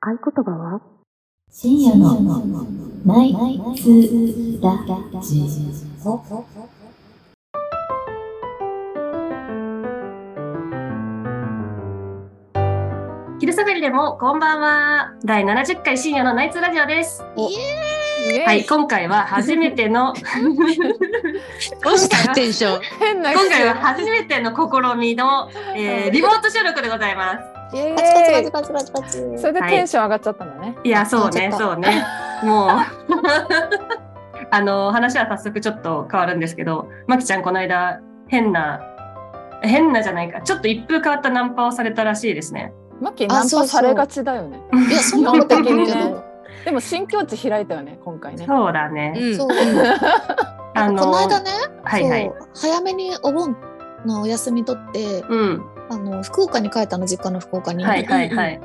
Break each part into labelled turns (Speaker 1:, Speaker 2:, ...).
Speaker 1: 合言葉は
Speaker 2: 深夜のナイツラジオ。
Speaker 3: 昼下がりでもこんばんは第70回深夜のナイツラジオですはい今回は初めて の
Speaker 4: どうしたテンション。
Speaker 5: 変な
Speaker 3: 今回は初めての試みの、えーリモート収録でございます
Speaker 5: イエーイ
Speaker 4: パチパチパチパチパチパチ。
Speaker 5: それでテンション上がっちゃったんだね。
Speaker 3: いやそうね
Speaker 4: ちょっと
Speaker 3: そうねもう あの話は早速ちょっと変わるんですけどまきちゃんこの間変な変なじゃないかちょっと一風変わったナンパをされたらしいですね
Speaker 5: マッキーナンパされがちだよね。
Speaker 4: いや、そんなことないけど。
Speaker 5: でも新境地開いたよね、今回ね。
Speaker 3: そうだね、
Speaker 4: そう。
Speaker 3: あ
Speaker 4: この間ね、
Speaker 3: はいはい
Speaker 4: そう早めにお盆のお休み取って、
Speaker 3: うん
Speaker 4: あの福岡に帰ったの実家の福岡に。
Speaker 3: はいはいはい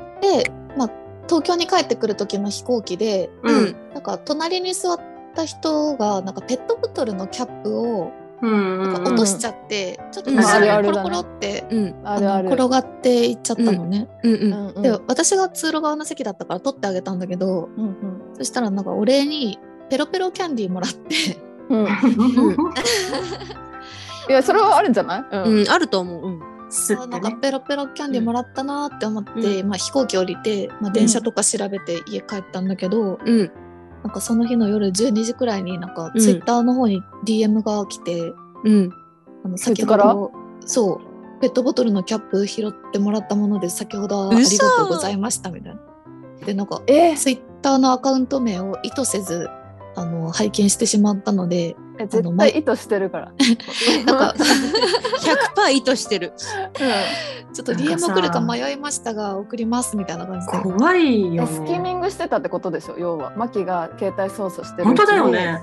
Speaker 4: 東京に帰ってくる時の飛行機で、
Speaker 3: うん
Speaker 4: なんか隣に座った人がなんかペットボトルのキャップを
Speaker 3: うんう
Speaker 4: なん
Speaker 3: ん
Speaker 4: か
Speaker 3: うん
Speaker 4: 落としちゃって、ちょっと
Speaker 6: うん
Speaker 4: 後
Speaker 3: ある
Speaker 4: ろ
Speaker 5: あ
Speaker 4: に
Speaker 5: る
Speaker 4: コロコ
Speaker 5: だね
Speaker 4: ロって。
Speaker 6: うん
Speaker 5: あるあ
Speaker 4: あの
Speaker 5: る。
Speaker 4: 転がっていっちゃったのね、
Speaker 6: うんうん。
Speaker 5: うんうん
Speaker 4: で私が通路側の席だったから取ってあげたんだけど
Speaker 5: うん
Speaker 4: そしたらなんかお礼にペロペロキャンディーもらって
Speaker 5: うんうんいや、それはあるんじゃないうん
Speaker 6: うん、あると思う。うん。
Speaker 3: すっ
Speaker 4: あ
Speaker 3: て
Speaker 4: なんか
Speaker 3: ね。
Speaker 4: ペロペロキャンディーもらったなーって思って、
Speaker 6: う
Speaker 4: まあ、飛行機降りて、まあ、電車とか調べて家帰ったんだけど、
Speaker 6: うん。
Speaker 4: なんかその日の夜12時くらいになんか
Speaker 6: うん
Speaker 4: ツイッターの方に DM が来て、
Speaker 6: うん。
Speaker 4: あの
Speaker 5: そい
Speaker 4: 先
Speaker 5: つ
Speaker 4: ほ
Speaker 5: から
Speaker 4: どそうペットボトルのキャップ拾ってもらったもので先ほどはありがとうございましたみたいな。でなんか
Speaker 5: え
Speaker 4: ツイッターのアカウント名を意図せずあの拝見してしまったので
Speaker 5: え絶対意図してるから。
Speaker 4: なんか
Speaker 6: 100%意図してる。
Speaker 4: ちょっと
Speaker 3: なんか
Speaker 4: DM
Speaker 3: さ
Speaker 4: 来るか迷いましたが送りますみたいな感じで。
Speaker 3: 怖い
Speaker 5: うん
Speaker 3: よ
Speaker 5: えスキ
Speaker 3: ね。
Speaker 5: ミングしてたってことでしょ、要は。マキが携帯操作してる。
Speaker 3: 本当だよ。ね。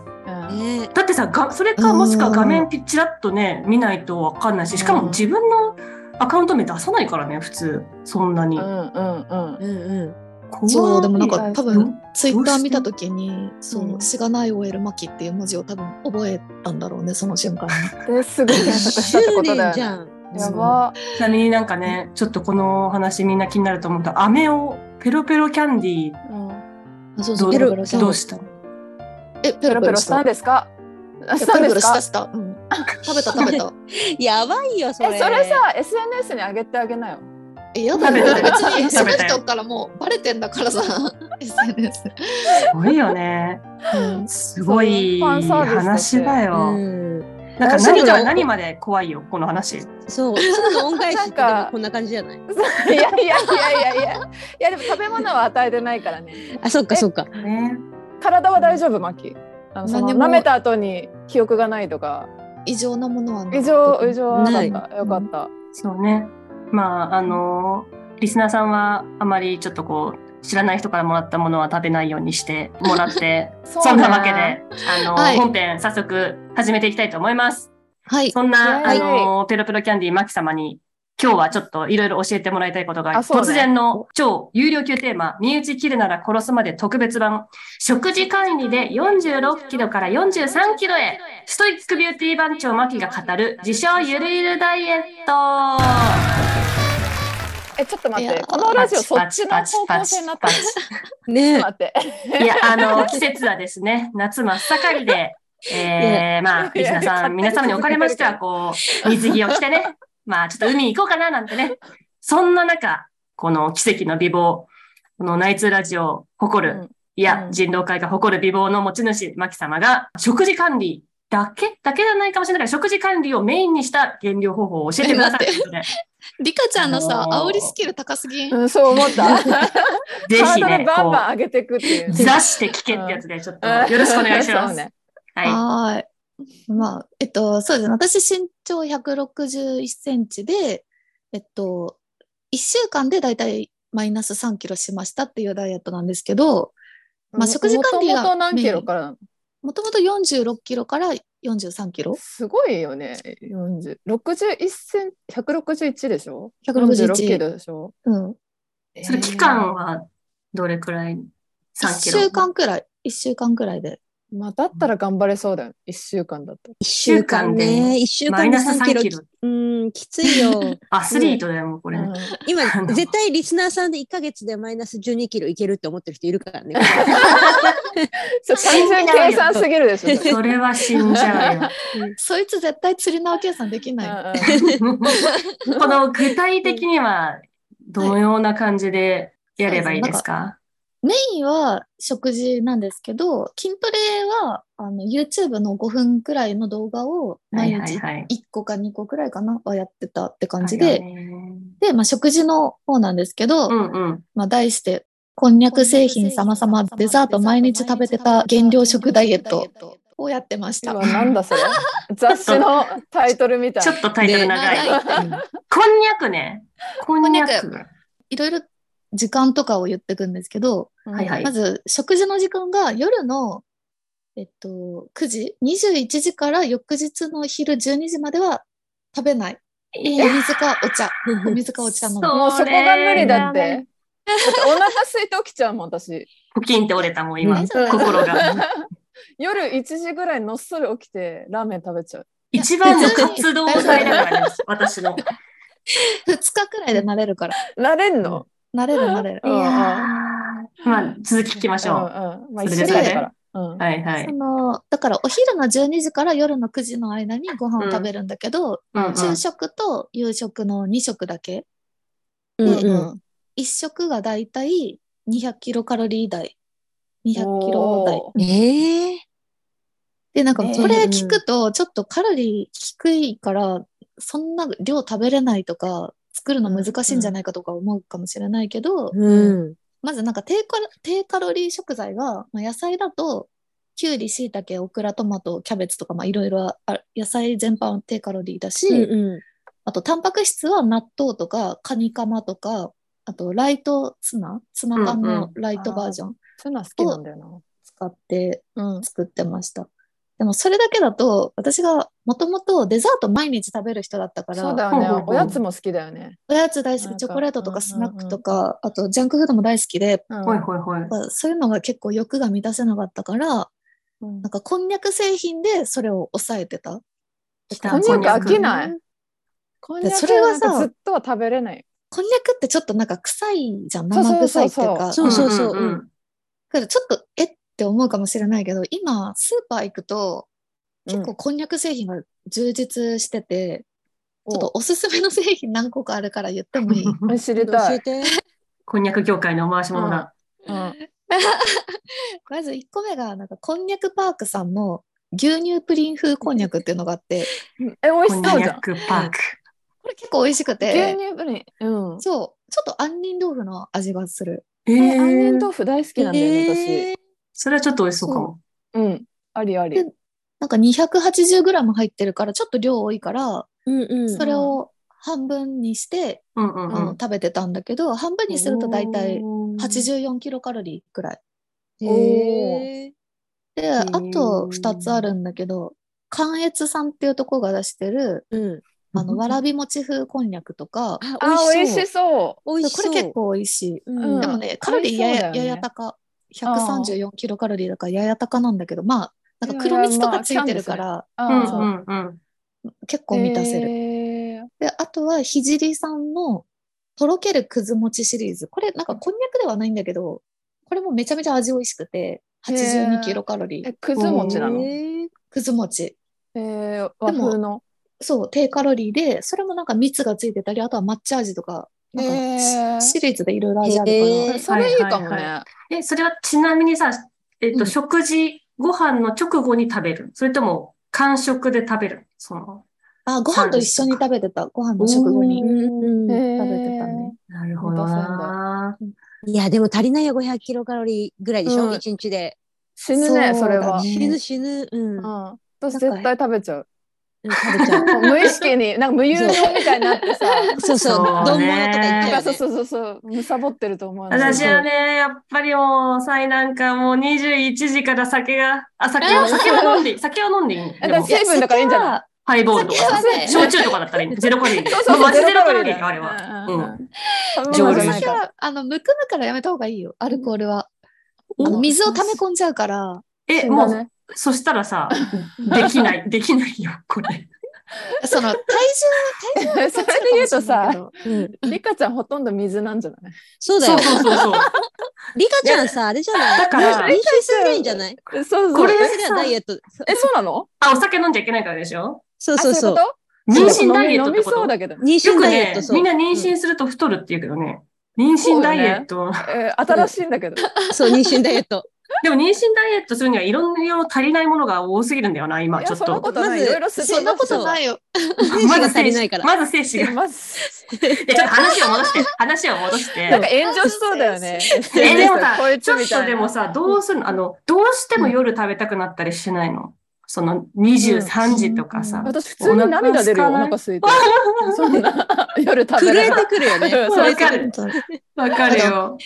Speaker 5: うん。
Speaker 6: ね
Speaker 3: だってさ、がそれかもしくは画面ピチラッとね、見ないとわかんないし、しかも自分のアカウント名出さないからね、普通。そんなに
Speaker 5: う。んうんうん
Speaker 6: え。。うん
Speaker 3: 怖い
Speaker 4: そうでもなんか
Speaker 5: 意外
Speaker 4: 多
Speaker 3: ど
Speaker 4: 分ツイッター見た時に「
Speaker 5: う
Speaker 4: そ
Speaker 5: うん
Speaker 4: うしがない OL マキ」っていう文字を多分覚えたんだろうねその瞬間に。
Speaker 5: ですぐ検索したって
Speaker 6: 執
Speaker 5: ことだ
Speaker 6: 念
Speaker 5: よ
Speaker 6: じ
Speaker 5: ね。
Speaker 6: ゃん。
Speaker 5: やば。
Speaker 3: ちなみになんかね、ちょっとこの話みんな気になると思った。飴をペロペロキャンディー
Speaker 5: うん
Speaker 4: あそう
Speaker 3: ど
Speaker 4: そううペロペロした
Speaker 3: どうした
Speaker 4: えペ
Speaker 5: ペロ
Speaker 4: ロ
Speaker 5: ペ
Speaker 4: ペロ
Speaker 5: ロ
Speaker 4: し
Speaker 5: した
Speaker 4: た
Speaker 5: んですか
Speaker 4: え
Speaker 5: した
Speaker 4: ペ
Speaker 5: ん
Speaker 4: ロペ
Speaker 5: で
Speaker 4: ロ
Speaker 5: す
Speaker 4: した
Speaker 5: か
Speaker 4: した、うん、食べた 食べた
Speaker 6: やばいよ、それ。
Speaker 5: えそれさ SNS に上げてあげなよ
Speaker 4: えやだね
Speaker 3: 食べた
Speaker 4: 別にその
Speaker 3: 食べたよ
Speaker 4: 人からもうバレてんだから さ SNS、
Speaker 3: すごいよね。
Speaker 4: うん、
Speaker 3: すごい
Speaker 5: そうファンサービスだって
Speaker 3: 話だ
Speaker 6: う
Speaker 3: よ。
Speaker 6: ん。
Speaker 3: なんか
Speaker 5: そ
Speaker 3: 何
Speaker 6: れじゃ
Speaker 3: が何まで怖いよ、この話。
Speaker 6: そう。その恩返しってで
Speaker 5: なん
Speaker 6: も
Speaker 5: か
Speaker 6: こんな感じじゃない
Speaker 5: いやいやいやいやいやいやでも食べ物は与えてないからね
Speaker 6: あ、そっか
Speaker 5: え
Speaker 6: そっか。
Speaker 3: ね。
Speaker 5: 体は大丈夫マキあのその
Speaker 4: 何でも
Speaker 5: 舐めた後に記憶がないとか
Speaker 4: 異常なものはない
Speaker 5: 異常異常はな
Speaker 6: ない
Speaker 5: かったよかった
Speaker 3: そうね。まあ、あのリスナーさんはあまりちょっとこう、知らない人からもらったものは食べないようにしてもらって、
Speaker 5: そ
Speaker 3: そんなわけで、
Speaker 5: ね
Speaker 3: あの
Speaker 4: はい
Speaker 3: 本編早速始めていきたいと思います。
Speaker 4: はい
Speaker 3: そんな、
Speaker 5: はい
Speaker 3: あのペロペロキャンディーマキ様に、今日はちょっといろいろ教えてもらいたいことがあり
Speaker 5: あそうね
Speaker 3: 突然の超有料級テーマ、身内切るなら殺すまで特別版、食事管理で46キロから43キロへ、ストイックビューティー番長マキが語る、自称ゆるゆるダイエット。
Speaker 5: えちょっと待っ
Speaker 4: い
Speaker 5: て
Speaker 4: や
Speaker 5: このラジオそ
Speaker 3: パ
Speaker 5: っ
Speaker 3: チ
Speaker 5: ち
Speaker 3: パ
Speaker 5: の
Speaker 3: チ
Speaker 5: 方
Speaker 3: パ
Speaker 5: 向
Speaker 3: チ
Speaker 5: 性になった
Speaker 3: パ
Speaker 5: の
Speaker 3: チ
Speaker 5: ちょっ
Speaker 6: ね
Speaker 5: と待って
Speaker 3: いや、あの、 季節はですね、夏真っ盛り で、えー、まあ、
Speaker 5: い
Speaker 3: リスナ
Speaker 5: や
Speaker 3: ーさん、皆様におかれましては、こう、水着を着てね、 まあ、ちょっと海に行こうかな、なんてね。そんな中、この奇跡の美貌、このナイツラジオを誇る、
Speaker 5: うん
Speaker 3: いや、
Speaker 5: うん
Speaker 3: 人狼会が誇る美貌の持ち主、マキ様が、食事管理だけだけじゃないかもしれないけど、食事管理をメインにした減量方法を教えてくださるというこ とで、
Speaker 4: リカちゃんのさ、
Speaker 3: あのー
Speaker 4: 煽りスキル高すぎん
Speaker 5: うんそう思った
Speaker 3: ぜ
Speaker 5: ハー
Speaker 3: ひ
Speaker 5: ドル
Speaker 3: ね、
Speaker 5: バン
Speaker 3: こ
Speaker 5: バン上げていくっていう
Speaker 3: う、
Speaker 5: ね
Speaker 3: 座して聞けってやつで、ちょっと、よろしくお願いしま
Speaker 5: そ
Speaker 3: す。
Speaker 5: うね
Speaker 3: はい。
Speaker 4: はーい。まあ、えっと、そうですね。私、身長161センチで、えっと、1週間でだいたいマイナス3キロしましたっていうダイエットなんですけど、まあ食事管理が
Speaker 5: もともと何キロからなの
Speaker 4: もともと46キロから43キロ
Speaker 5: すごいよね。40 61セン161でしょ ?161 キ
Speaker 4: 161。
Speaker 5: ロでしょ
Speaker 4: うん。
Speaker 3: それ期間はどれくらい
Speaker 4: 1
Speaker 3: ?3 キロ。
Speaker 4: 週間くらい。1週間くらいで。
Speaker 5: まあ、だったら頑張れそうだよ。1週間だったら。
Speaker 6: 一週間ね。一週
Speaker 3: マ
Speaker 6: 間
Speaker 3: イ
Speaker 6: で
Speaker 3: ナス
Speaker 6: 3
Speaker 3: 3
Speaker 6: キロ。
Speaker 3: キロ。
Speaker 6: うん、きついよ。
Speaker 3: アスリートだよ、もうこれね。
Speaker 5: う
Speaker 6: 今
Speaker 3: あの、
Speaker 6: 絶対リスナーさんで1ヶ月でマイナス12キロいけるって思ってる人いるからね。
Speaker 5: ん単純計算すぎるでしょ。それ
Speaker 3: それは死んじゃうよ。
Speaker 4: そいつ絶対釣り縄計算できない。
Speaker 3: この具体的にはどのような感じでやればいいですか、
Speaker 4: メインは食事なんですけど、筋トレはあの YouTube の5分くらいの動画を毎日
Speaker 3: はいはい。
Speaker 4: 1個か2個くらいかなはやってたって感じ
Speaker 3: あ
Speaker 4: で
Speaker 3: る、よね
Speaker 4: で、まあ、食事の方なんですけど、
Speaker 3: うんうん。
Speaker 4: まあ、題して、こんにゃく製品様々デザート毎日食べてた減量食ダイエットをやってました。
Speaker 5: はなんだそれ。雑誌のタイトルみたい
Speaker 3: ちょっとタイトル長い。
Speaker 6: ね
Speaker 3: こんにゃくね。こんにゃく。
Speaker 4: いろいろ時間とかを言ってくんですけど、
Speaker 5: な。
Speaker 3: はいはい
Speaker 4: まず食事の時間が夜の、えっと、9時、21時から翌日の昼12時までは食べない。
Speaker 3: い
Speaker 4: お
Speaker 3: や
Speaker 4: 水かお茶。お水かお茶飲む。
Speaker 3: そう
Speaker 5: もうそこが無理だっ
Speaker 3: それが
Speaker 5: て。だってお腹空いて起きちゃうもん、私。
Speaker 3: ポキンって折れたもん、今。
Speaker 4: ねそう
Speaker 3: 心 が。
Speaker 5: 夜1時ぐらいのっそり起きてラーメン食べちゃう。
Speaker 3: 一番の活動体だからね、私
Speaker 4: 2
Speaker 3: の。
Speaker 4: 日くらいで慣れるから。
Speaker 5: なれんの
Speaker 4: 慣れる慣れる。
Speaker 5: うんうん
Speaker 3: いやーまあ、続き聞きましょう。
Speaker 5: うんうんまあ、
Speaker 3: それ
Speaker 5: 一
Speaker 3: で
Speaker 5: 緒
Speaker 3: そ
Speaker 5: だ
Speaker 3: れで
Speaker 5: から。うん
Speaker 3: はいは
Speaker 4: そ
Speaker 3: い。
Speaker 4: のだからお昼の12時から夜の9時の間にご飯を食べるんだけど、
Speaker 3: うんうん
Speaker 4: 昼食と夕食の2食だけ
Speaker 6: うん
Speaker 4: で
Speaker 6: うん
Speaker 4: 1食がだいたい200キロカロリー台200キロ台
Speaker 5: お
Speaker 6: ええ。
Speaker 4: でなんか
Speaker 5: ね
Speaker 4: これ聞くとちょっとカロリー低いからそんな量食べれないとか作るの難しいんじゃないかとか思うかもしれないけど、
Speaker 6: うん。
Speaker 4: まずなんか低カロ低カロリー食材が、まあ、野菜だときゅうりしいたけオクラトマトキャベツとかまあいろいろあ野菜全般低カロリーだし、
Speaker 6: うん
Speaker 4: あとタンパク質は納豆とかカニカマとかあとライトツナツナ缶のライトバージョン
Speaker 5: そういうのは好きなんだよ
Speaker 4: 使って
Speaker 5: な。うん。
Speaker 4: 作ってました、でもそれだけだと私がもともとデザート毎日食べる人だったから
Speaker 5: そうだ
Speaker 3: ほうほ
Speaker 5: よ
Speaker 3: う
Speaker 5: ね。
Speaker 3: ほう
Speaker 5: おやつも好きだよね。
Speaker 4: おやつ大
Speaker 5: な
Speaker 4: 好き
Speaker 5: んか
Speaker 4: チョコレートとかスナックとか、
Speaker 5: うん
Speaker 4: あとジャンクフードも大好きで
Speaker 5: うん
Speaker 3: ほいほいほい。
Speaker 4: まあそういうのが結構欲が満たせなかったから
Speaker 5: うん
Speaker 4: なんかこんにゃく製品でそれを抑えてた。
Speaker 3: 来
Speaker 5: こんにゃく飽きない。こんにゃく
Speaker 4: それは
Speaker 5: は
Speaker 4: さ
Speaker 5: さ、ずっとは食べれない。
Speaker 4: こんにゃくってちょっとなんか臭いじゃん。
Speaker 5: そう
Speaker 4: 生
Speaker 5: そう
Speaker 4: 臭いう
Speaker 5: そ
Speaker 4: って
Speaker 5: そう
Speaker 4: いうか。
Speaker 6: そうそうそうん
Speaker 3: んん
Speaker 4: だからちょっとえって思うかもしれないけど、今スーパー行くと結構こんにゃく製品が充実してて、
Speaker 5: うん
Speaker 4: ちょっとおすすめの製品何個かあるから言って もいい。
Speaker 5: お知り
Speaker 6: 教
Speaker 5: た
Speaker 6: え
Speaker 5: い。
Speaker 6: て。
Speaker 3: こんにゃく業界の回し者だ。
Speaker 5: うん
Speaker 4: まず1個目がなんかこんにゃくパークさんの牛乳プリン風こんにゃくっていうのがあって、
Speaker 5: え、美味
Speaker 3: こ
Speaker 5: し
Speaker 3: ん
Speaker 5: そう
Speaker 3: に
Speaker 5: じ
Speaker 3: ゃ
Speaker 5: ゃん。
Speaker 3: くパーク。
Speaker 4: これ結構美味しくて、
Speaker 5: 牛乳プリン。うん。
Speaker 4: そう、ちょっと杏仁豆腐の味がする。
Speaker 3: え
Speaker 5: え、杏仁
Speaker 3: ー、
Speaker 5: 豆腐大好きなんだよね、
Speaker 3: それはちょっと美味しそうかも。
Speaker 5: 私。うん。ありあり。
Speaker 4: なんか 280g 入ってるからちょっと量多いから、
Speaker 6: うんうん。
Speaker 4: それを半分にして、
Speaker 3: うんうん
Speaker 4: あ
Speaker 3: う
Speaker 4: の
Speaker 3: ん。
Speaker 4: 食べてたんだけど半分にすると大体84キロカロリーくらい。
Speaker 6: へえ。
Speaker 4: で
Speaker 3: ー
Speaker 4: あと2つあるんだけど関越さんっていうとこが出してる
Speaker 6: うん。
Speaker 4: あのわらび餅風こんにゃくとか
Speaker 5: あ、美味し
Speaker 6: そ
Speaker 5: そう。
Speaker 6: う。美味し
Speaker 4: こ
Speaker 6: そ
Speaker 4: れ
Speaker 6: う。
Speaker 4: 結構美味しい。
Speaker 5: うん
Speaker 4: でもねカロリーやや,、
Speaker 5: 美味しそうだよね
Speaker 4: やや高134キロカロリーだからやや高なんだけどまあなんか黒蜜とかついてるから、
Speaker 5: あ
Speaker 3: う
Speaker 5: ー
Speaker 3: んうんうん。
Speaker 4: 結構満たせる。
Speaker 5: へー
Speaker 4: で、あとは、ひじりさんの、とろけるくず餅シリーズ。これ、なんか、こんにゃくではないんだけど、これもめちゃめちゃ味美味しくて、
Speaker 5: へ
Speaker 4: 82
Speaker 5: ー
Speaker 4: キロカロリー
Speaker 5: え、。くず餅なのえ
Speaker 6: へえ
Speaker 4: くず餅。
Speaker 5: ー、和風の。
Speaker 4: そう、低カロリーで、それもなんか蜜がついてたり、あとは抹茶味とか、なんか
Speaker 5: へー
Speaker 4: シリーズでいろいろ味あるから、
Speaker 6: へー
Speaker 5: それいいかも
Speaker 3: はいはい
Speaker 5: ね。
Speaker 3: え、それはちなみにさ、えっ
Speaker 4: う
Speaker 3: と、
Speaker 4: ん
Speaker 3: 食事、ご飯の直後に食べるそれとも、間食で食べるその、
Speaker 4: あ、ご飯と一緒に食べてた。ご飯の食後に。
Speaker 6: うんうん
Speaker 4: 食べてたね。
Speaker 3: なるほどな。
Speaker 6: いや、でも足りないよ、500キロカロリーぐらいでし
Speaker 5: う
Speaker 6: ょ
Speaker 5: ん
Speaker 6: 一日で。
Speaker 5: 死ぬね、
Speaker 4: そうだね
Speaker 5: それは。
Speaker 6: 死ぬ死ぬ。うん。うん
Speaker 5: うん。私絶対食べちゃう。
Speaker 6: 食べ ちゃう。
Speaker 5: もう無意識に、なんか無誘導みたいになってさ、
Speaker 6: そうそう
Speaker 3: そうね、
Speaker 6: 丼物とか言っ
Speaker 5: なん
Speaker 6: ちゃ
Speaker 5: か
Speaker 6: う
Speaker 5: そう
Speaker 6: よね。
Speaker 5: そうそうそう、むさぼってると思うの。
Speaker 3: 私はね、やっぱりもう、さいなんかもう21時から酒が、あ、酒を、酒を飲んでいい。酒を飲んでいい。
Speaker 5: え
Speaker 3: でも
Speaker 5: だから水分だからいいんじゃない
Speaker 3: ハイボールとかさ
Speaker 4: 酒はね
Speaker 3: 焼酎とかだったらいい。ゼロカロリー。
Speaker 5: そうそうそう
Speaker 3: マジゼロカロリ
Speaker 5: ゼ
Speaker 3: ー
Speaker 5: ロ
Speaker 3: よ、あ
Speaker 5: カ
Speaker 3: れは。
Speaker 5: ロリーだう
Speaker 3: うん
Speaker 5: うん
Speaker 3: ん。
Speaker 5: 食べ
Speaker 3: 上
Speaker 5: 物
Speaker 3: 流
Speaker 5: じ
Speaker 3: 酒
Speaker 5: ゃない
Speaker 4: 酒
Speaker 5: から。
Speaker 4: は、あの、むくむからやめた方がいいよ、アルコールは。あの水を溜め込んじゃうから、
Speaker 3: え、
Speaker 5: そうだ
Speaker 3: もう
Speaker 5: ね、
Speaker 3: そしたらさ、できない、できないよ、これ。
Speaker 4: そ の体重、体重は
Speaker 5: それで言うとさ
Speaker 4: こっちかもしれないけど、
Speaker 6: うん、
Speaker 5: リカちゃんほとんど水なんじゃない
Speaker 6: そうだ
Speaker 3: そ
Speaker 6: よ
Speaker 3: う。そうそうそう。
Speaker 6: リカちゃんさ、あれじゃない
Speaker 3: だから
Speaker 6: 妊娠してないんじゃない
Speaker 5: そうそう
Speaker 3: これ
Speaker 6: 私らダイエット。
Speaker 5: え、そうなの
Speaker 3: あ、お酒飲んじゃいけないからでしょ
Speaker 6: そうそうそう。
Speaker 5: あ
Speaker 3: 妊
Speaker 5: そういう
Speaker 3: 娠
Speaker 5: こと
Speaker 3: ダイエットってこ
Speaker 5: 飲み飲みそう
Speaker 3: と
Speaker 5: だけどね。
Speaker 6: 妊
Speaker 3: よ
Speaker 6: 娠
Speaker 3: く
Speaker 6: ダイエッ
Speaker 3: ね
Speaker 6: ト、、そう。
Speaker 3: みんな妊娠すると太るって言うけどね。妊娠ダイエット。
Speaker 5: えー新しいんだけど。
Speaker 6: そう、妊娠ダイエット。
Speaker 3: でも妊娠ダイエットするにはいろいろ足りないものが多すぎるんだよな、今、
Speaker 5: い
Speaker 3: ちょ
Speaker 5: や、
Speaker 3: っ
Speaker 5: そんな
Speaker 3: と。
Speaker 5: ことない。いろいろす
Speaker 6: そんなこと
Speaker 4: そうないよ。
Speaker 6: 精子が足りないから。
Speaker 3: まず精子が。
Speaker 5: まず、
Speaker 3: えちょっと話を戻して、話を戻し
Speaker 5: なん
Speaker 3: て。
Speaker 5: か炎上しそうだよね。
Speaker 3: え、でも
Speaker 5: こ
Speaker 3: さ、
Speaker 5: い
Speaker 3: ち
Speaker 5: つ
Speaker 3: ょ
Speaker 5: み
Speaker 3: った
Speaker 5: い
Speaker 3: と
Speaker 5: な
Speaker 3: でもさ、どうするのあの、どうしても夜食べたくなったりしないのその23時とかさ。
Speaker 5: 私、普通に涙出るよ、
Speaker 3: お
Speaker 5: お
Speaker 3: 腹
Speaker 5: 腹空いて。そんな、夜食べ
Speaker 6: 震
Speaker 5: れ
Speaker 6: え
Speaker 5: ない
Speaker 6: てくるよね。
Speaker 5: うん
Speaker 3: わ
Speaker 5: それ
Speaker 3: かる。わかるよ。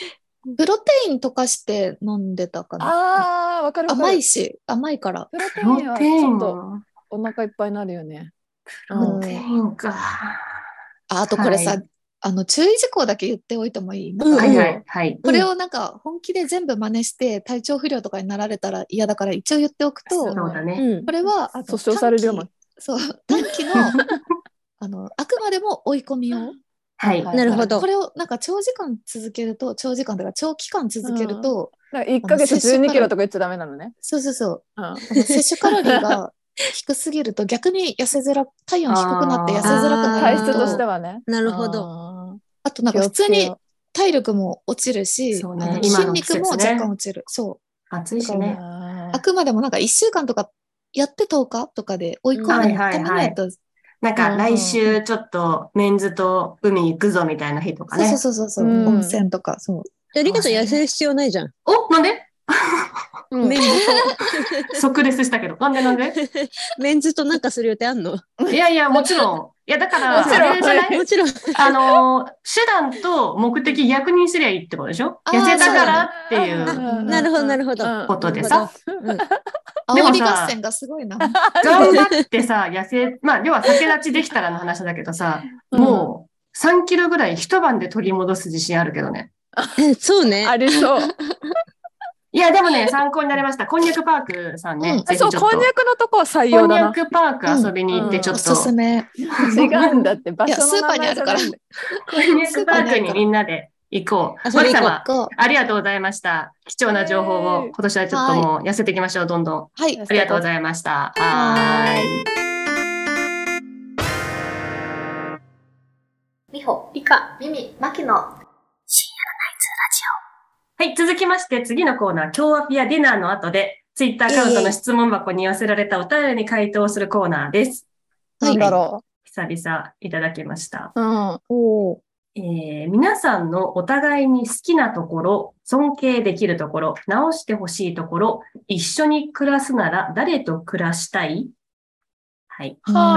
Speaker 4: プロテイン溶かして飲んでたかな。
Speaker 5: あー、わかるわか
Speaker 4: 甘
Speaker 5: る
Speaker 4: い。し、甘いから。
Speaker 5: プロテ
Speaker 3: プ
Speaker 5: イン
Speaker 3: ロ
Speaker 5: は
Speaker 3: テ
Speaker 5: ち
Speaker 3: イン
Speaker 5: ょっと
Speaker 3: は。
Speaker 5: お腹いっぱいになるよね。
Speaker 3: プロテインか。
Speaker 4: ああとこれさ、
Speaker 3: は
Speaker 4: あの注意事項だけ言っておいてもいい。なん
Speaker 6: うん
Speaker 4: か
Speaker 3: はいはいはい。
Speaker 4: これをなんか本気で全部真似して体調不良とかになられたら嫌だから一応言っておくと、
Speaker 5: そ
Speaker 3: そう
Speaker 4: こ
Speaker 3: だね。
Speaker 6: うん。
Speaker 4: れはあの
Speaker 5: 訴訟されるよ
Speaker 4: 短期そう短期のあのあくまでも追い込み用。
Speaker 3: はい。
Speaker 5: はい
Speaker 6: なるほど
Speaker 4: こ。れをなんか長時間続けると長時間とか長期間続けると、
Speaker 5: なんか1ヶ月
Speaker 4: あの摂取
Speaker 5: 12キロとか言っちゃダメなのね。
Speaker 4: そうそうそう
Speaker 5: うん。
Speaker 4: あの摂取カロリーが低すぎると逆に痩せづら体温低くなって痩せづらくな
Speaker 5: 体
Speaker 4: る
Speaker 5: 質として
Speaker 4: あ
Speaker 5: はね。
Speaker 6: なるほど。
Speaker 5: ど。
Speaker 4: となんか普通
Speaker 5: 気
Speaker 4: に
Speaker 5: をつ
Speaker 4: 体力も落ちるし、
Speaker 3: そうね
Speaker 4: あの
Speaker 3: 今
Speaker 4: 筋
Speaker 3: の季節
Speaker 4: 肉
Speaker 3: ね
Speaker 4: も若干落ちる、そう
Speaker 3: 暑い
Speaker 5: け
Speaker 3: し
Speaker 5: よう
Speaker 3: ね。
Speaker 4: あくまでもなんか1週間とかやって10日とかで追い込むためのやつ、
Speaker 3: なんか来週ちょっとメンズと海行くぞみたいな日とかね。
Speaker 4: そうそうそうそう、
Speaker 5: うん
Speaker 4: 温泉とかそう
Speaker 6: じゃあリカちゃん痩せる必要ないじゃん。
Speaker 3: おなん で
Speaker 5: うん
Speaker 6: メンズ
Speaker 3: 即レスしたけど。なんでなんで
Speaker 6: と、メンズとなんかする予定あん の
Speaker 3: いやいや、もちろん。いや、だから、
Speaker 5: もちろん
Speaker 3: あれじゃない
Speaker 6: もちろん。
Speaker 3: あのー、手段と目的逆にすりゃいいってことでしょ
Speaker 4: あー
Speaker 3: 痩せたからっていう
Speaker 5: そうだね
Speaker 3: う
Speaker 5: うん
Speaker 6: なるほど、なるほど。
Speaker 5: うん
Speaker 3: ことでさ、
Speaker 6: うん。
Speaker 3: でもさ
Speaker 4: 煽り合戦がすごいな
Speaker 3: 頑張ってさ、痩せ、まあ、要は酒立ちできたらの話だけどさ、もう3キロぐらい一晩で取り戻す自信あるけどね。
Speaker 6: えそう
Speaker 5: う
Speaker 6: ね
Speaker 5: ん。あ りそう。
Speaker 3: いや、でもね、参考になりました。こんにゃくパークさん
Speaker 4: うん
Speaker 3: ね、
Speaker 5: あ
Speaker 3: ぜひちょ
Speaker 5: そう、
Speaker 3: っと。
Speaker 5: こんにゃくのとこは採
Speaker 3: こ
Speaker 5: 用
Speaker 3: んに
Speaker 5: だ
Speaker 3: ゃ
Speaker 5: な。
Speaker 3: くパーク遊びに行って、ちょ
Speaker 4: お
Speaker 3: っ
Speaker 4: す
Speaker 3: と、
Speaker 4: すめ
Speaker 5: 違うんだ って、場所の名
Speaker 4: いやス
Speaker 5: 前
Speaker 4: ー
Speaker 5: じゃ
Speaker 4: パー
Speaker 5: な
Speaker 4: にあ
Speaker 5: い
Speaker 4: る
Speaker 5: んだ。
Speaker 3: こんにゃくパークにみんなで行こう。
Speaker 6: 遊
Speaker 3: マ
Speaker 6: び
Speaker 3: リ
Speaker 6: に行
Speaker 3: さ
Speaker 6: こう
Speaker 3: ま、
Speaker 4: こう
Speaker 3: ありがとうございました。貴重な情報を、
Speaker 5: えー
Speaker 3: 今年はちょっともう痩せていきましょう、どんどん。
Speaker 4: はい
Speaker 3: ありがとうございました。はーい。
Speaker 1: 美穂、理科、ミミ、マキの
Speaker 3: はい、続きまして次のコーナー、今日アピアディナーの後で、ツイッターアカウントの質問箱に寄せられたお便りに回答するコーナーです。
Speaker 5: なんだろ
Speaker 3: 久々いただきました。
Speaker 5: う。うん。
Speaker 4: おー
Speaker 3: えー皆さんのお互いに好きなところ、尊敬できるところ、直してほしいところ、一緒に暮らすなら誰と暮らしたいはい。
Speaker 4: うん
Speaker 3: これは、
Speaker 5: は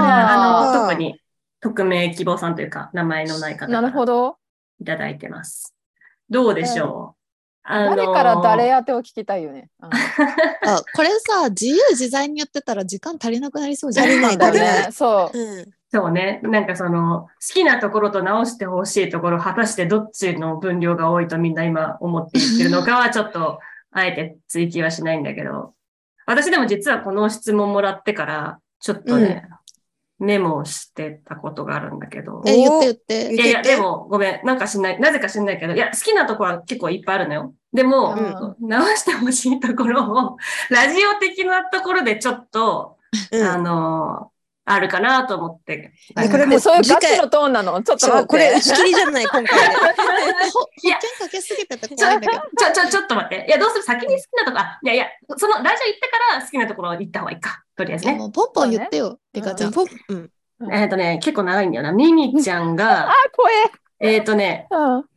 Speaker 3: あの、
Speaker 6: あー
Speaker 3: 特に、匿名希望さんというか、名前のない方
Speaker 5: な
Speaker 3: か
Speaker 5: るほ
Speaker 3: ら
Speaker 5: ど。
Speaker 3: いただいてます。どうでしょう、あの
Speaker 5: 誰
Speaker 3: ー
Speaker 5: から誰宛てを聞きたいよね。うん
Speaker 4: あ これさ自由自在にやってたら時間足りなくなりそうじゃん
Speaker 6: 足りない
Speaker 5: だ
Speaker 6: 足りない
Speaker 5: ね。そ
Speaker 6: うん。
Speaker 3: そうね。なんかその、好きなところと直してほしいところ、果たしてどっちの分量が多いとみんな今思って言ってる のかは、ちょっと、あえて追記はしないんだけど、私でも実はこの質問もらってから、ちょっとね、メモをしてたことがあるんだけど、
Speaker 4: え言って言って
Speaker 3: いやいや、でも、ごめん、なんかしない、なぜか知んないけど、いや、好きなところは結構いっぱいあるのよ。でも、直してほしいところを、 ラジオ的なところでちょっと、
Speaker 6: うん
Speaker 3: あのあるかなと思って。
Speaker 6: えこ
Speaker 5: う。
Speaker 6: れ
Speaker 5: も
Speaker 6: も
Speaker 5: う
Speaker 6: う
Speaker 5: そういう
Speaker 6: 次
Speaker 5: ガ
Speaker 6: 回
Speaker 5: チのトーンなの。ちょっと
Speaker 6: そ
Speaker 5: 待
Speaker 6: う、
Speaker 5: って。
Speaker 6: これ打ち切りじゃない、今回 で。
Speaker 4: ほ保
Speaker 3: いや
Speaker 4: 険かけすぎてて怖いんだけど
Speaker 3: ちょ、ちょ、ちょっと待って。いや、どうする先に好きなとこ、あ、いやいや、その、ラジオ行ってから好きなところ行った方がいいか。とりあえず
Speaker 4: いや
Speaker 3: ね。
Speaker 4: もうポンポン言ってよリカちゃん
Speaker 6: ポッうん。
Speaker 3: えっ、とね、結構長いんだよな。ミミちゃん
Speaker 5: あ
Speaker 3: が、、
Speaker 5: 怖
Speaker 3: えっ、とね、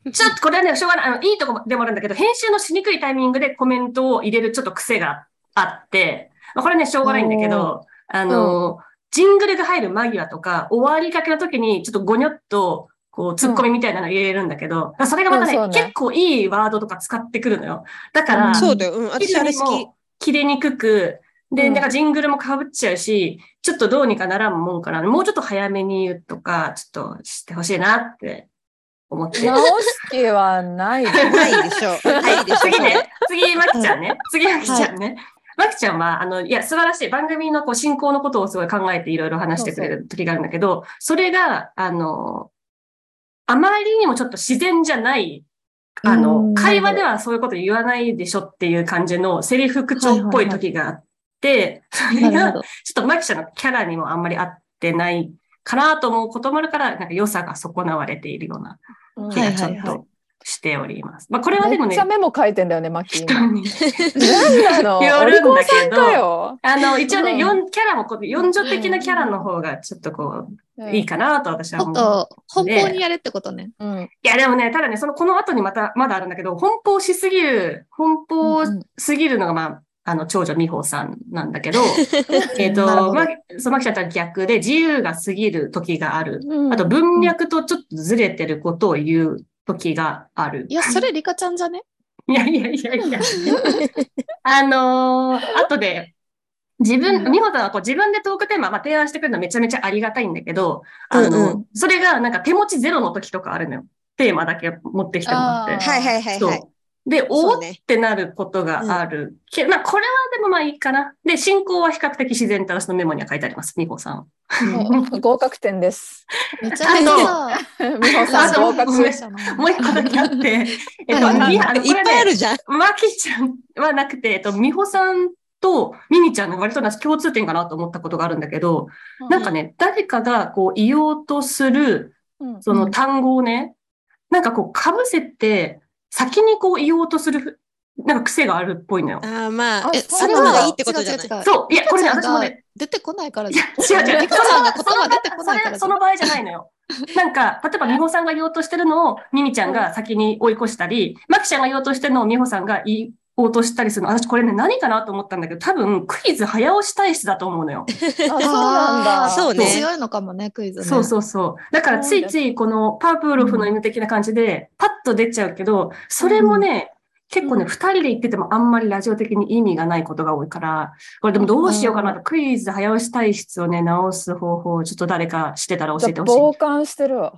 Speaker 5: え。
Speaker 3: ちょっとこれはね、しょうがない、あの、いいとこでもあるんだけど、編集のしにくいタイミングでコメントを入れるちょっと癖があって、まあこれね、しょうがないんだけど、あの、ジングルが入る間際とか、終わりかけの時に、ちょっとごにょっと、こう、ツッコミみたいなの入れるんだけど、それがまたね,、
Speaker 5: うんそうね
Speaker 3: 結構いいワードとか使ってくるのよ。だから、
Speaker 5: うん
Speaker 6: そうだよ。うん。私あれ
Speaker 3: 記事に
Speaker 6: 好
Speaker 3: も切れにくく、で、
Speaker 5: うん
Speaker 3: なんかジングルもかぶっちゃうし、ちょっとどうにかならんもんかな。もうちょっと早めに言うとか、ちょっとしてほしいなって思って。
Speaker 5: 直す気はない。
Speaker 6: き。ないでしょ。
Speaker 3: は
Speaker 6: ない
Speaker 3: い
Speaker 6: でしょ。
Speaker 3: 次ね。次、まきちゃんね。次、まきちゃんね。まきちゃんは、あの、いや、素晴らしい。番組のこう進行のことをすごい考えていろいろ話してくれる時があるんだけど、それが、あの、あまりにもちょっと自然じゃない、あ
Speaker 4: う
Speaker 3: の
Speaker 4: ん、
Speaker 3: 会話ではそういうこと言わないでしょっていう感じのセリフ口調っぽい時があって、それ
Speaker 4: なる
Speaker 3: が
Speaker 4: ほど。
Speaker 3: ちょっとマキちゃんのキャラにもあんまり合ってないかなと思うこともあるから、なんか良さが損なわれているような気がちょ
Speaker 4: はい
Speaker 3: っ
Speaker 4: はいは
Speaker 3: としております。まあこれはでも
Speaker 5: めっ
Speaker 3: ね
Speaker 5: ちゃ、メモ書いてんだよね、マッキー
Speaker 3: 人
Speaker 5: 今。
Speaker 3: に
Speaker 5: なんなの
Speaker 3: よるんだけど
Speaker 5: お利口さんかよ。
Speaker 3: あの、一応
Speaker 4: う
Speaker 3: ね、
Speaker 4: ん
Speaker 3: 四キャラもこう、四女的なキャラの方がちょっとこう、いいかなと私は
Speaker 4: も
Speaker 3: 思
Speaker 4: っ
Speaker 3: う。
Speaker 4: と奔放にやれってことね。
Speaker 5: うん。
Speaker 3: いや、でもね、ただね、その、この後にまた、まだあるんだけど、奔放しすぎる、奔放
Speaker 4: うんうん
Speaker 3: すぎるのが、まあ、あの、長女美穂さんなんだけ ど、えっ
Speaker 4: なるほ
Speaker 3: と、
Speaker 4: ど
Speaker 3: ま、そのマキちゃんとは逆で、自由が過ぎる時がある
Speaker 5: うん
Speaker 3: あと文脈とちょっとずれてることを言う時がある。
Speaker 4: いや、それリカちゃんじゃね
Speaker 3: いやいやいや いや。あのー、あとで、自分、美穂さんはこう自分でトークテーマ、まあ、提案してくれるのめちゃめちゃありがたいんだけど、あの、
Speaker 6: うんう
Speaker 3: それがなんか手持ちゼロの時とかあるのよ。テーマだけ持ってきてもらって。
Speaker 4: あー
Speaker 6: はいはいはいはい。
Speaker 3: そう。で、お
Speaker 6: そ
Speaker 3: ー
Speaker 6: う
Speaker 3: っ
Speaker 6: ね。
Speaker 3: てなることがある。けまあ、これはでもまあいいかな。で、進行は比較的自然と私のメモには書いてあります、美穂さん。
Speaker 5: もう合格点です。
Speaker 4: めちゃめちゃ
Speaker 5: 美穂さ
Speaker 3: あ
Speaker 5: ん
Speaker 3: の
Speaker 5: 合
Speaker 4: さ、
Speaker 5: 格
Speaker 3: ごめん
Speaker 4: 者
Speaker 3: もう一個だけ あって、えっと、
Speaker 4: はいはいはい
Speaker 3: いやあの
Speaker 6: い
Speaker 3: こ
Speaker 6: っ
Speaker 3: れ
Speaker 6: ぱいあ
Speaker 3: ね、
Speaker 6: るじゃん。
Speaker 3: まきちゃんはなくて、えっと、美穂さんとミミちゃんの割と私共通点かなと思ったことがあるんだけど、なんかね、誰かがこう言おうとする、
Speaker 5: うん
Speaker 3: その単語をね、なんかこう被せて、先にこう言おうとする、なんか癖があるっぽいのよ。
Speaker 6: ああまあ
Speaker 5: あ、
Speaker 4: え、それ
Speaker 6: 頭が
Speaker 4: はい
Speaker 6: いってことじゃない
Speaker 4: 違う違う違う
Speaker 3: そう、いや、これね、
Speaker 4: リカ
Speaker 3: 私
Speaker 4: ちゃん
Speaker 3: も
Speaker 4: が
Speaker 3: ね、
Speaker 4: 出てこないから
Speaker 3: い
Speaker 4: じ
Speaker 3: や
Speaker 4: ゃん。、
Speaker 3: 違う違う、
Speaker 4: リカちゃんが言葉出てこないからじ
Speaker 3: そ
Speaker 4: ゃん。
Speaker 3: の場合じゃないの よ。なんか、例えば、美穂さんが言おうとしてるのを、ミミちゃんが先に追い越したり、マキちゃんが言おうとしてるのを美穂さんが言おうとしたりするの。私、これね、何かなと思ったんだけど、多分、クイズ早押し体質だと思うのよ。
Speaker 5: あそうなんだ。
Speaker 4: あー
Speaker 6: そうね
Speaker 4: 強いのかもね、クイズね。
Speaker 3: そうそうそう。だから、ついつい、この、パープロフの犬的な感じで、パッと出ちゃうけど、それもね、結構ね、二人で言っててもあんまりラジオ的に意味がないことが多いから、これでもどうしようかなと、クイズ早押し体質をね、直す方法をちょっと誰かしてたら教えてほしい。
Speaker 5: 傍観してるわ。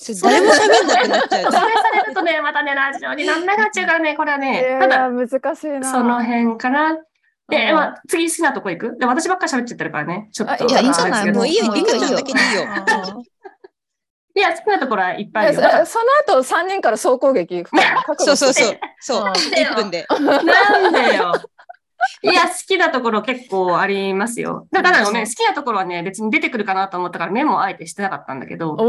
Speaker 6: ちょ誰も喋んなくなっちゃう
Speaker 3: それされるとね、またね、ラジオになんなくなっちゃうからね、これはね
Speaker 5: い、や
Speaker 3: た
Speaker 5: ー
Speaker 3: だ、
Speaker 5: 難しいな。
Speaker 3: その辺かな。で、
Speaker 5: うん
Speaker 3: まあ、次好きなとこ行くで私ばっか喋っちゃってるからね、ちょっと。
Speaker 5: あいや
Speaker 3: あ
Speaker 5: いいんじゃない
Speaker 3: あれですけど
Speaker 6: もういいよ、
Speaker 4: もうい
Speaker 6: リ
Speaker 4: いよ
Speaker 6: カちゃんだけでいいよ。
Speaker 3: いや、好きなところはいっぱいあ
Speaker 5: い
Speaker 3: るよ。
Speaker 5: やそその後三人から総攻撃行くから 覚
Speaker 6: そ
Speaker 5: 悟
Speaker 6: うそうそう
Speaker 5: し。
Speaker 6: そう。1分で。
Speaker 3: なんでよ。いや、好きなところ結構ありますよ。だからごめん、好きなところはね、別に出てくるかなと思ったからメモをあえてしてなかったんだけど、
Speaker 5: て。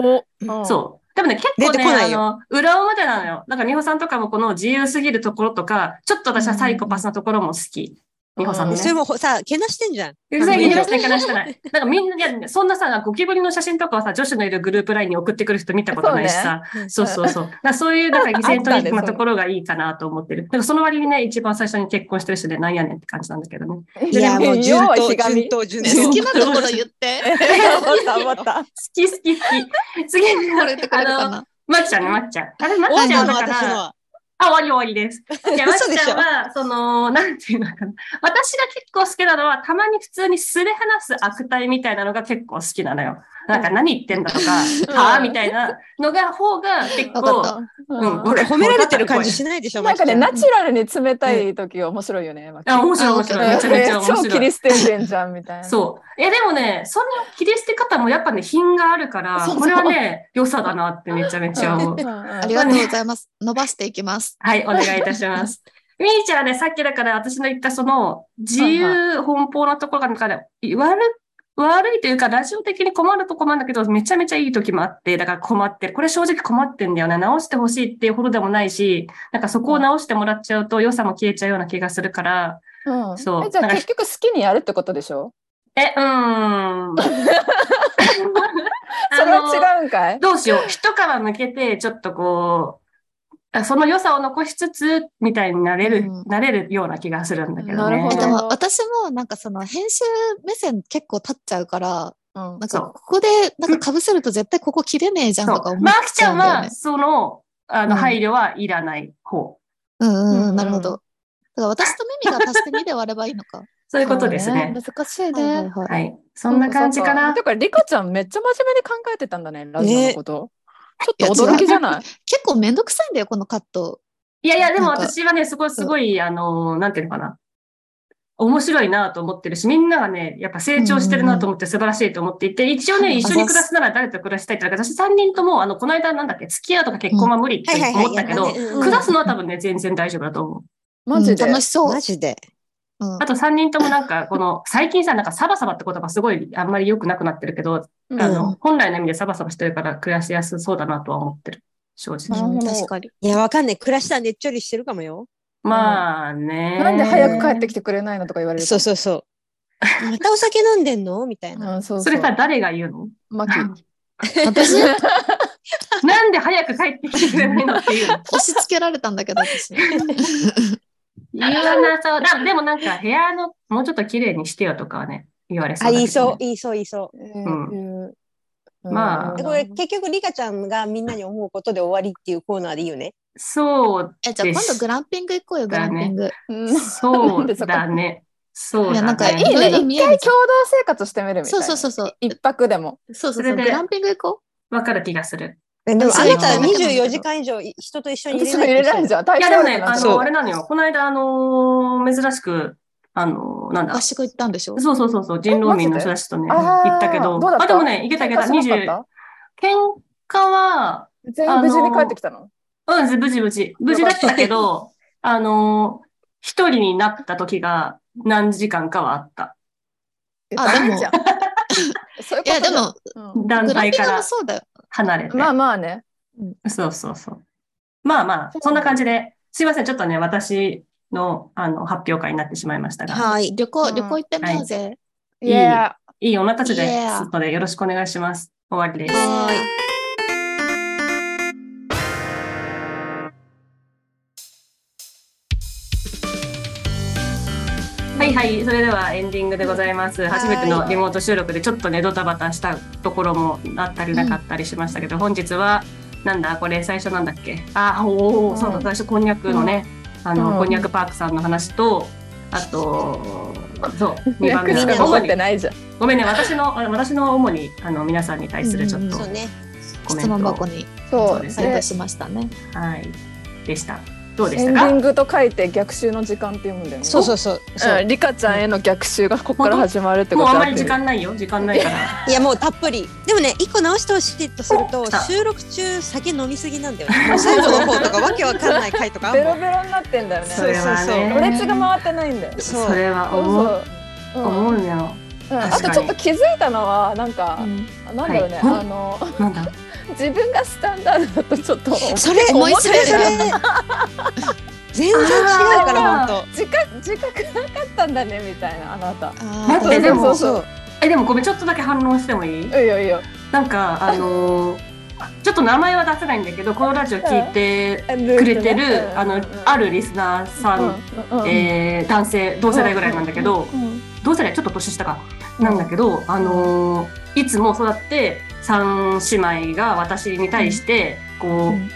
Speaker 5: おう
Speaker 3: そう。でもね、結構
Speaker 6: 出て
Speaker 3: ね、
Speaker 6: こな
Speaker 3: あ
Speaker 6: いよ
Speaker 3: の、裏表なのよ。なんか、美穂さんとかもこの自由すぎるところとか、ちょっと私はサイコパスなところも好き。美穂さんのね。
Speaker 6: それもさ、けなしてんじゃん。
Speaker 3: うるさい言い出してからして ない。なんかみんな、いやそんなさ、ゴキブリの写真とかはさ、女子のいるグループラインに送ってくる人見たことないしさ、そう,、そうそう だからそういう、なんか犠牲
Speaker 5: あった
Speaker 3: 取
Speaker 5: ね
Speaker 3: りなところがいいかなと思ってる。なんかその割にね、一番最初に結婚してる人でなんやねんって感じなんだけどね。
Speaker 6: いや、もう順
Speaker 5: 要は
Speaker 6: 当、
Speaker 5: ひがみ
Speaker 6: 順当、順
Speaker 4: ね好
Speaker 6: 当。
Speaker 4: きなところ言って。
Speaker 5: 思った思った。
Speaker 3: 好き好き好き。次、
Speaker 4: これってくれるか
Speaker 3: あの、
Speaker 4: な。
Speaker 3: まっちゃんね、まっちゃん。あれ、まっ
Speaker 6: 終わ
Speaker 3: ち
Speaker 6: り
Speaker 3: ゃ
Speaker 6: なんの、
Speaker 3: だか
Speaker 6: 私の
Speaker 3: ら、
Speaker 6: は。
Speaker 3: あ、終わり終わりです。いや、まっ
Speaker 6: 嘘でし
Speaker 3: ちゃ
Speaker 6: ょ
Speaker 3: んは、その、なんていうのかな。私が結構好きなのは、たまに普通にすれ話す悪態みたいなのが結構好きなのよ。なんか何言ってんだとか、はぁみたいなのが、方が結
Speaker 4: わかっ
Speaker 3: 構、
Speaker 4: た。
Speaker 3: うん、
Speaker 6: ほら褒められてる感じ
Speaker 3: し
Speaker 6: しないでしょ、
Speaker 5: なんかね、
Speaker 6: マ
Speaker 5: ナ
Speaker 6: キち
Speaker 5: チュラルに冷たい時面白いよね。マキ
Speaker 3: あ、面白い面白い。めちゃめちゃ面
Speaker 5: 超切
Speaker 3: 白い
Speaker 5: り。捨ててんじゃんみたいな。
Speaker 3: そう。え、でもね、その切り捨て方もやっぱね、品があるから、
Speaker 4: そうそう
Speaker 3: これはね、良さだなってめちゃめちゃ思う
Speaker 5: う。んうん
Speaker 4: ありがとうございます。伸ばしていきます。
Speaker 3: はい、お願いいたし ます。みーちゃんはね、さっきだから私の言ったその自由奔放なところがなんかね、悪い、悪いというか、ラジオ的に困るとこもあるんだけど、めちゃめちゃいい時もあって、だから困ってる。これ正直困ってんだよね。直してほしいっていうほどでもないし、なんかそこを直してもらっちゃうと良さも消えちゃうような気がするから、
Speaker 5: うん
Speaker 3: そう
Speaker 5: えじゃ
Speaker 3: なん
Speaker 5: あ
Speaker 3: か
Speaker 5: 結局好きにやるってことでしょ
Speaker 3: え、うー ん。
Speaker 5: それは違うんかい
Speaker 3: どうしよう。一皮向けて、ちょっとこう、あその良さを残しつつ、みたいになれる、
Speaker 4: うん
Speaker 3: なれるような気がするんだけど
Speaker 5: なる
Speaker 3: ね。
Speaker 5: ほど
Speaker 4: でも私もなんかその編集目線結構立っちゃうから、
Speaker 5: うん
Speaker 4: なん
Speaker 3: そ
Speaker 4: か
Speaker 3: う
Speaker 4: ここでなんか被せると絶対ここ切れねえじゃん
Speaker 3: そ
Speaker 4: とか
Speaker 3: う。
Speaker 4: 思っ
Speaker 3: マーク
Speaker 4: ち
Speaker 3: ち
Speaker 4: ゃ
Speaker 3: ゃ
Speaker 4: うんんだよね
Speaker 3: は、。その、あ
Speaker 4: う
Speaker 3: の、
Speaker 4: ん
Speaker 3: 配慮はいらない方。
Speaker 4: うん
Speaker 5: う
Speaker 4: うんん、なるほど。だから私とミミが足して2で割ればいいのか。
Speaker 3: そういうことですね。
Speaker 5: 難しい
Speaker 4: はいはい
Speaker 5: ね。
Speaker 4: はい
Speaker 3: はい。そんな感じかな。
Speaker 5: だから、リカちゃんめっちゃ真面目に考えてたんだね、ラジオのこと。ちょっと驚きじゃない
Speaker 4: 結構めんどくさいんだよ、このカット。
Speaker 3: いやいや、でも
Speaker 4: なんか
Speaker 3: 私はね、すごい、すごい、あの、なんていうのかな。面白いなと思ってるし、みんながね、やっぱ成長してるなと思って素晴らしいと思っていて、一応ね、一緒に暮らすなら誰と暮らしたいって、私3人とも、あの、この間なんだっけ、付き合うとか結婚は無理って思ったけど、暮らすのは多分ね、全然大丈夫だと思う。
Speaker 5: マジで、
Speaker 4: うん楽しそう
Speaker 6: マ。ジで。
Speaker 4: うん
Speaker 3: あと3人ともなんか、この、最近さ、なんかサバサバって言葉すごいあんまり良くなくなってるけど、
Speaker 5: うん
Speaker 3: あの、本来の意味でサバサバしてるから暮らしやすそうだなとは思ってる。正
Speaker 5: な
Speaker 3: 直。
Speaker 5: るほ
Speaker 4: うん
Speaker 5: ど
Speaker 4: 確かに。
Speaker 6: いや、わかんない。暮らしたらねっちょりしてるかもよ。
Speaker 3: まあね。
Speaker 5: なんで早く帰ってきてくれないのとか言われる
Speaker 6: そうそう そう。またお酒飲んでんのみたいな。
Speaker 5: うん、そうそう
Speaker 3: それさ、誰が言うの
Speaker 5: マキ
Speaker 4: 私、
Speaker 3: なんで早く帰ってきてくれないのってい うの。
Speaker 4: 押し付けられたんだけど、私。
Speaker 3: 言わなそう。だでもなんか部屋のもうちょっと綺麗にしてよとかはね、言われそう
Speaker 6: あ、
Speaker 3: だけどね、
Speaker 6: 言いそう、言いそう、言いそう。
Speaker 5: うん
Speaker 3: まあ
Speaker 6: でこれ結局、リカちゃんがみんなに思うことで終わりっていうコーナーでいいよね。
Speaker 3: そう、
Speaker 4: え、じゃあ今度グランピング行こうよ、グランピング。
Speaker 5: うん
Speaker 3: そ
Speaker 5: なんで
Speaker 3: う
Speaker 5: そこ
Speaker 3: だね。そ
Speaker 4: い
Speaker 3: うだね。
Speaker 4: や、なんか、い
Speaker 5: いいね
Speaker 4: ろいろ見える
Speaker 5: 共同生活してみるみたいな。
Speaker 4: そうそうそうそう。
Speaker 5: 一泊でも。
Speaker 4: そうそう
Speaker 3: そ
Speaker 4: そ
Speaker 3: れ
Speaker 4: う。
Speaker 3: で
Speaker 4: グランピング行こ
Speaker 3: わかる気がする。
Speaker 6: でも、
Speaker 4: そ
Speaker 6: あ
Speaker 4: う
Speaker 6: なたは
Speaker 3: そう
Speaker 6: 24時間以上い人と一緒に入れ
Speaker 5: 私
Speaker 6: な
Speaker 5: も
Speaker 6: い。
Speaker 5: 入れられ
Speaker 6: い
Speaker 5: んじゃん。大
Speaker 3: いや、でもね、あ
Speaker 6: そう
Speaker 3: の、あれなのよ。この間、あのー珍しく、あのーなん
Speaker 4: う。
Speaker 3: だ
Speaker 4: 合。宿行ったんでしょ
Speaker 3: そうそうそうそう、人狼民の人たちとね、行ったけど、
Speaker 5: うだった
Speaker 3: あ、でもね、行けた行けた、
Speaker 5: 喧嘩しな
Speaker 3: 20。
Speaker 5: かっ
Speaker 3: 喧嘩は、
Speaker 5: た全員無事に帰ってきたの
Speaker 3: うん、無事無事。無事だったけど、あのー一人になった時が何時間かはあった。
Speaker 5: え
Speaker 4: あでも
Speaker 5: ダメじゃん そういう
Speaker 4: い
Speaker 5: こ
Speaker 4: や、
Speaker 5: とじ
Speaker 4: で
Speaker 5: ゃん
Speaker 4: も、
Speaker 5: うん
Speaker 3: 団
Speaker 4: グラン
Speaker 3: 体
Speaker 4: ピ
Speaker 3: か
Speaker 4: ングも
Speaker 3: ら
Speaker 4: そうだよ。
Speaker 3: 離れて。
Speaker 5: まあまあね。
Speaker 3: そうそうそう。まあまあ、そんな感じで、すいません、ちょっとね、私のあの発表会になってしまいましたが、
Speaker 6: はい。
Speaker 4: 旅行、
Speaker 5: うん
Speaker 4: 旅行行ってみようぜ。
Speaker 3: い
Speaker 5: いや、
Speaker 3: いい女たちで
Speaker 4: Yeah
Speaker 3: すので、よろしくお願いします。終わりです。
Speaker 6: はい。
Speaker 3: はいはい、それではエンディングでございます。初めてのリモート収録でちょっとね、ドタバタしたところもあったりなかったりしましたけど、本日は、なんだ、これ最初なんだっけあ、お
Speaker 5: う
Speaker 3: お、
Speaker 5: ん
Speaker 3: そうだ、最初こんにゃくのね、あの、
Speaker 5: うん
Speaker 3: こんにゃくパークさんの話と、あと、そう、2番目
Speaker 5: 役し
Speaker 3: が
Speaker 5: か残ってないじゃん。
Speaker 3: ごめんね、私の、あの私の主に、あの、皆さんに対するちょっと
Speaker 6: そうね。
Speaker 3: コメ
Speaker 4: 質
Speaker 3: ント。
Speaker 4: 問箱に
Speaker 5: そう。
Speaker 3: そうです
Speaker 4: 参
Speaker 5: で
Speaker 4: 加しましたね。
Speaker 3: はい、でした。どうで
Speaker 5: エ
Speaker 3: した
Speaker 5: ンディ
Speaker 3: か
Speaker 5: ングと書いて逆襲の時間って読むんだよね。
Speaker 6: そうそうそう。そう
Speaker 5: うん。リカちゃんへの逆襲がここから始まるってこ
Speaker 3: もう
Speaker 5: と
Speaker 3: あん
Speaker 5: だ
Speaker 3: ま
Speaker 5: って
Speaker 3: り時間ないよ、時間ないから。
Speaker 6: いや、もうたっぷり。でもね、一個直してほしいとする
Speaker 3: お
Speaker 6: と
Speaker 3: 来た、
Speaker 6: 収録中酒飲みすぎなんだよね。もう最後の方とかわけわかんない回とかあん
Speaker 5: ベ
Speaker 6: も
Speaker 5: ロ
Speaker 6: ん
Speaker 5: ベロになってんだよね。
Speaker 3: それは
Speaker 6: そうそう
Speaker 5: ロ
Speaker 3: ね、
Speaker 5: レツが回ってないんだよ。
Speaker 6: そ。
Speaker 3: そうれは
Speaker 5: そう
Speaker 3: 思う、
Speaker 5: そううん
Speaker 3: 思うよ。
Speaker 5: うんあとちょっと気づいたのはなんか、なんだろうね、
Speaker 3: はい
Speaker 5: あの
Speaker 3: なんだ
Speaker 5: 自分がスタンダードだとち ょっと
Speaker 6: それ、
Speaker 4: 思い
Speaker 6: そ
Speaker 4: つい
Speaker 6: れ、
Speaker 4: た
Speaker 6: それ。全然違うから、ほんと。
Speaker 5: 自覚自覚なかったんだねみたいなあなた。
Speaker 4: あ
Speaker 3: 待ってでも
Speaker 5: そうそう
Speaker 3: えでもごめんちょっとだけ反論してもいい
Speaker 5: そういいよいいよ。
Speaker 3: なんかあのーちょっと名前は出せないんだけどこのラジオ聞いて
Speaker 5: く
Speaker 3: くれてるあのあるリスナーさん、えー男性同世代ぐらいなんだけど、同世代ちょっと年下かなんだけど、あのーいつもそうやって三姉妹が私に対してこう、
Speaker 5: うん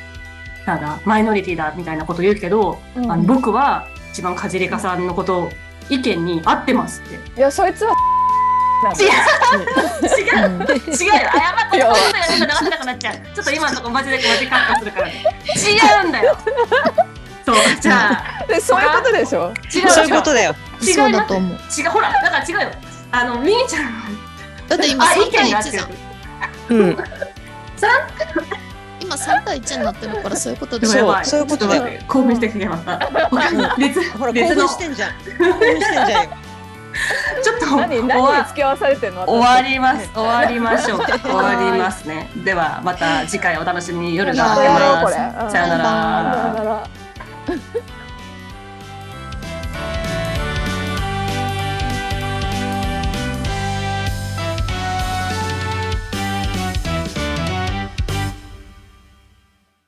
Speaker 3: なんだマイノリティだみたいなこと言うけど、あの僕は一番かじりかさんのことを意見に合ってます って。
Speaker 5: いやそいつはなんだよ
Speaker 3: 違う違うよ謝ったことないよなんか流せなくなっちゃうちょっと今のとこマジでマジカットするから違うんだよそうじゃあ
Speaker 5: でそういうことでしょ。
Speaker 3: 違う
Speaker 6: そう
Speaker 3: 違
Speaker 6: いうことだよ。
Speaker 3: 違う
Speaker 4: そうだと思う。
Speaker 3: 違うほらだから違うよあのみーちゃん
Speaker 4: だって今
Speaker 3: あ
Speaker 4: 3
Speaker 3: 意
Speaker 4: 対
Speaker 3: 見が
Speaker 4: 1
Speaker 3: 合って
Speaker 4: じ
Speaker 3: る
Speaker 4: ゃん。
Speaker 6: うん。
Speaker 4: 今3対1になってるからそういうことで
Speaker 6: そう
Speaker 4: しょ。
Speaker 6: そういうことだよ
Speaker 3: ちょっ待って興奮してきてまた別
Speaker 6: ほら、興
Speaker 3: 別
Speaker 6: 奮
Speaker 3: の
Speaker 6: してんじゃん。興奮してんじゃんよ。
Speaker 3: ちょっと
Speaker 5: 何
Speaker 3: 終
Speaker 5: 何に
Speaker 3: わ
Speaker 5: 付き合わされてんの。
Speaker 3: 終わ ります終わりましょう終わりますねではまた次回お楽しみに夜
Speaker 5: 私。
Speaker 3: が
Speaker 5: や
Speaker 3: 明け
Speaker 5: ろうこ
Speaker 3: ま
Speaker 5: れ。
Speaker 3: す
Speaker 5: さ
Speaker 3: さよなら
Speaker 5: さよなら。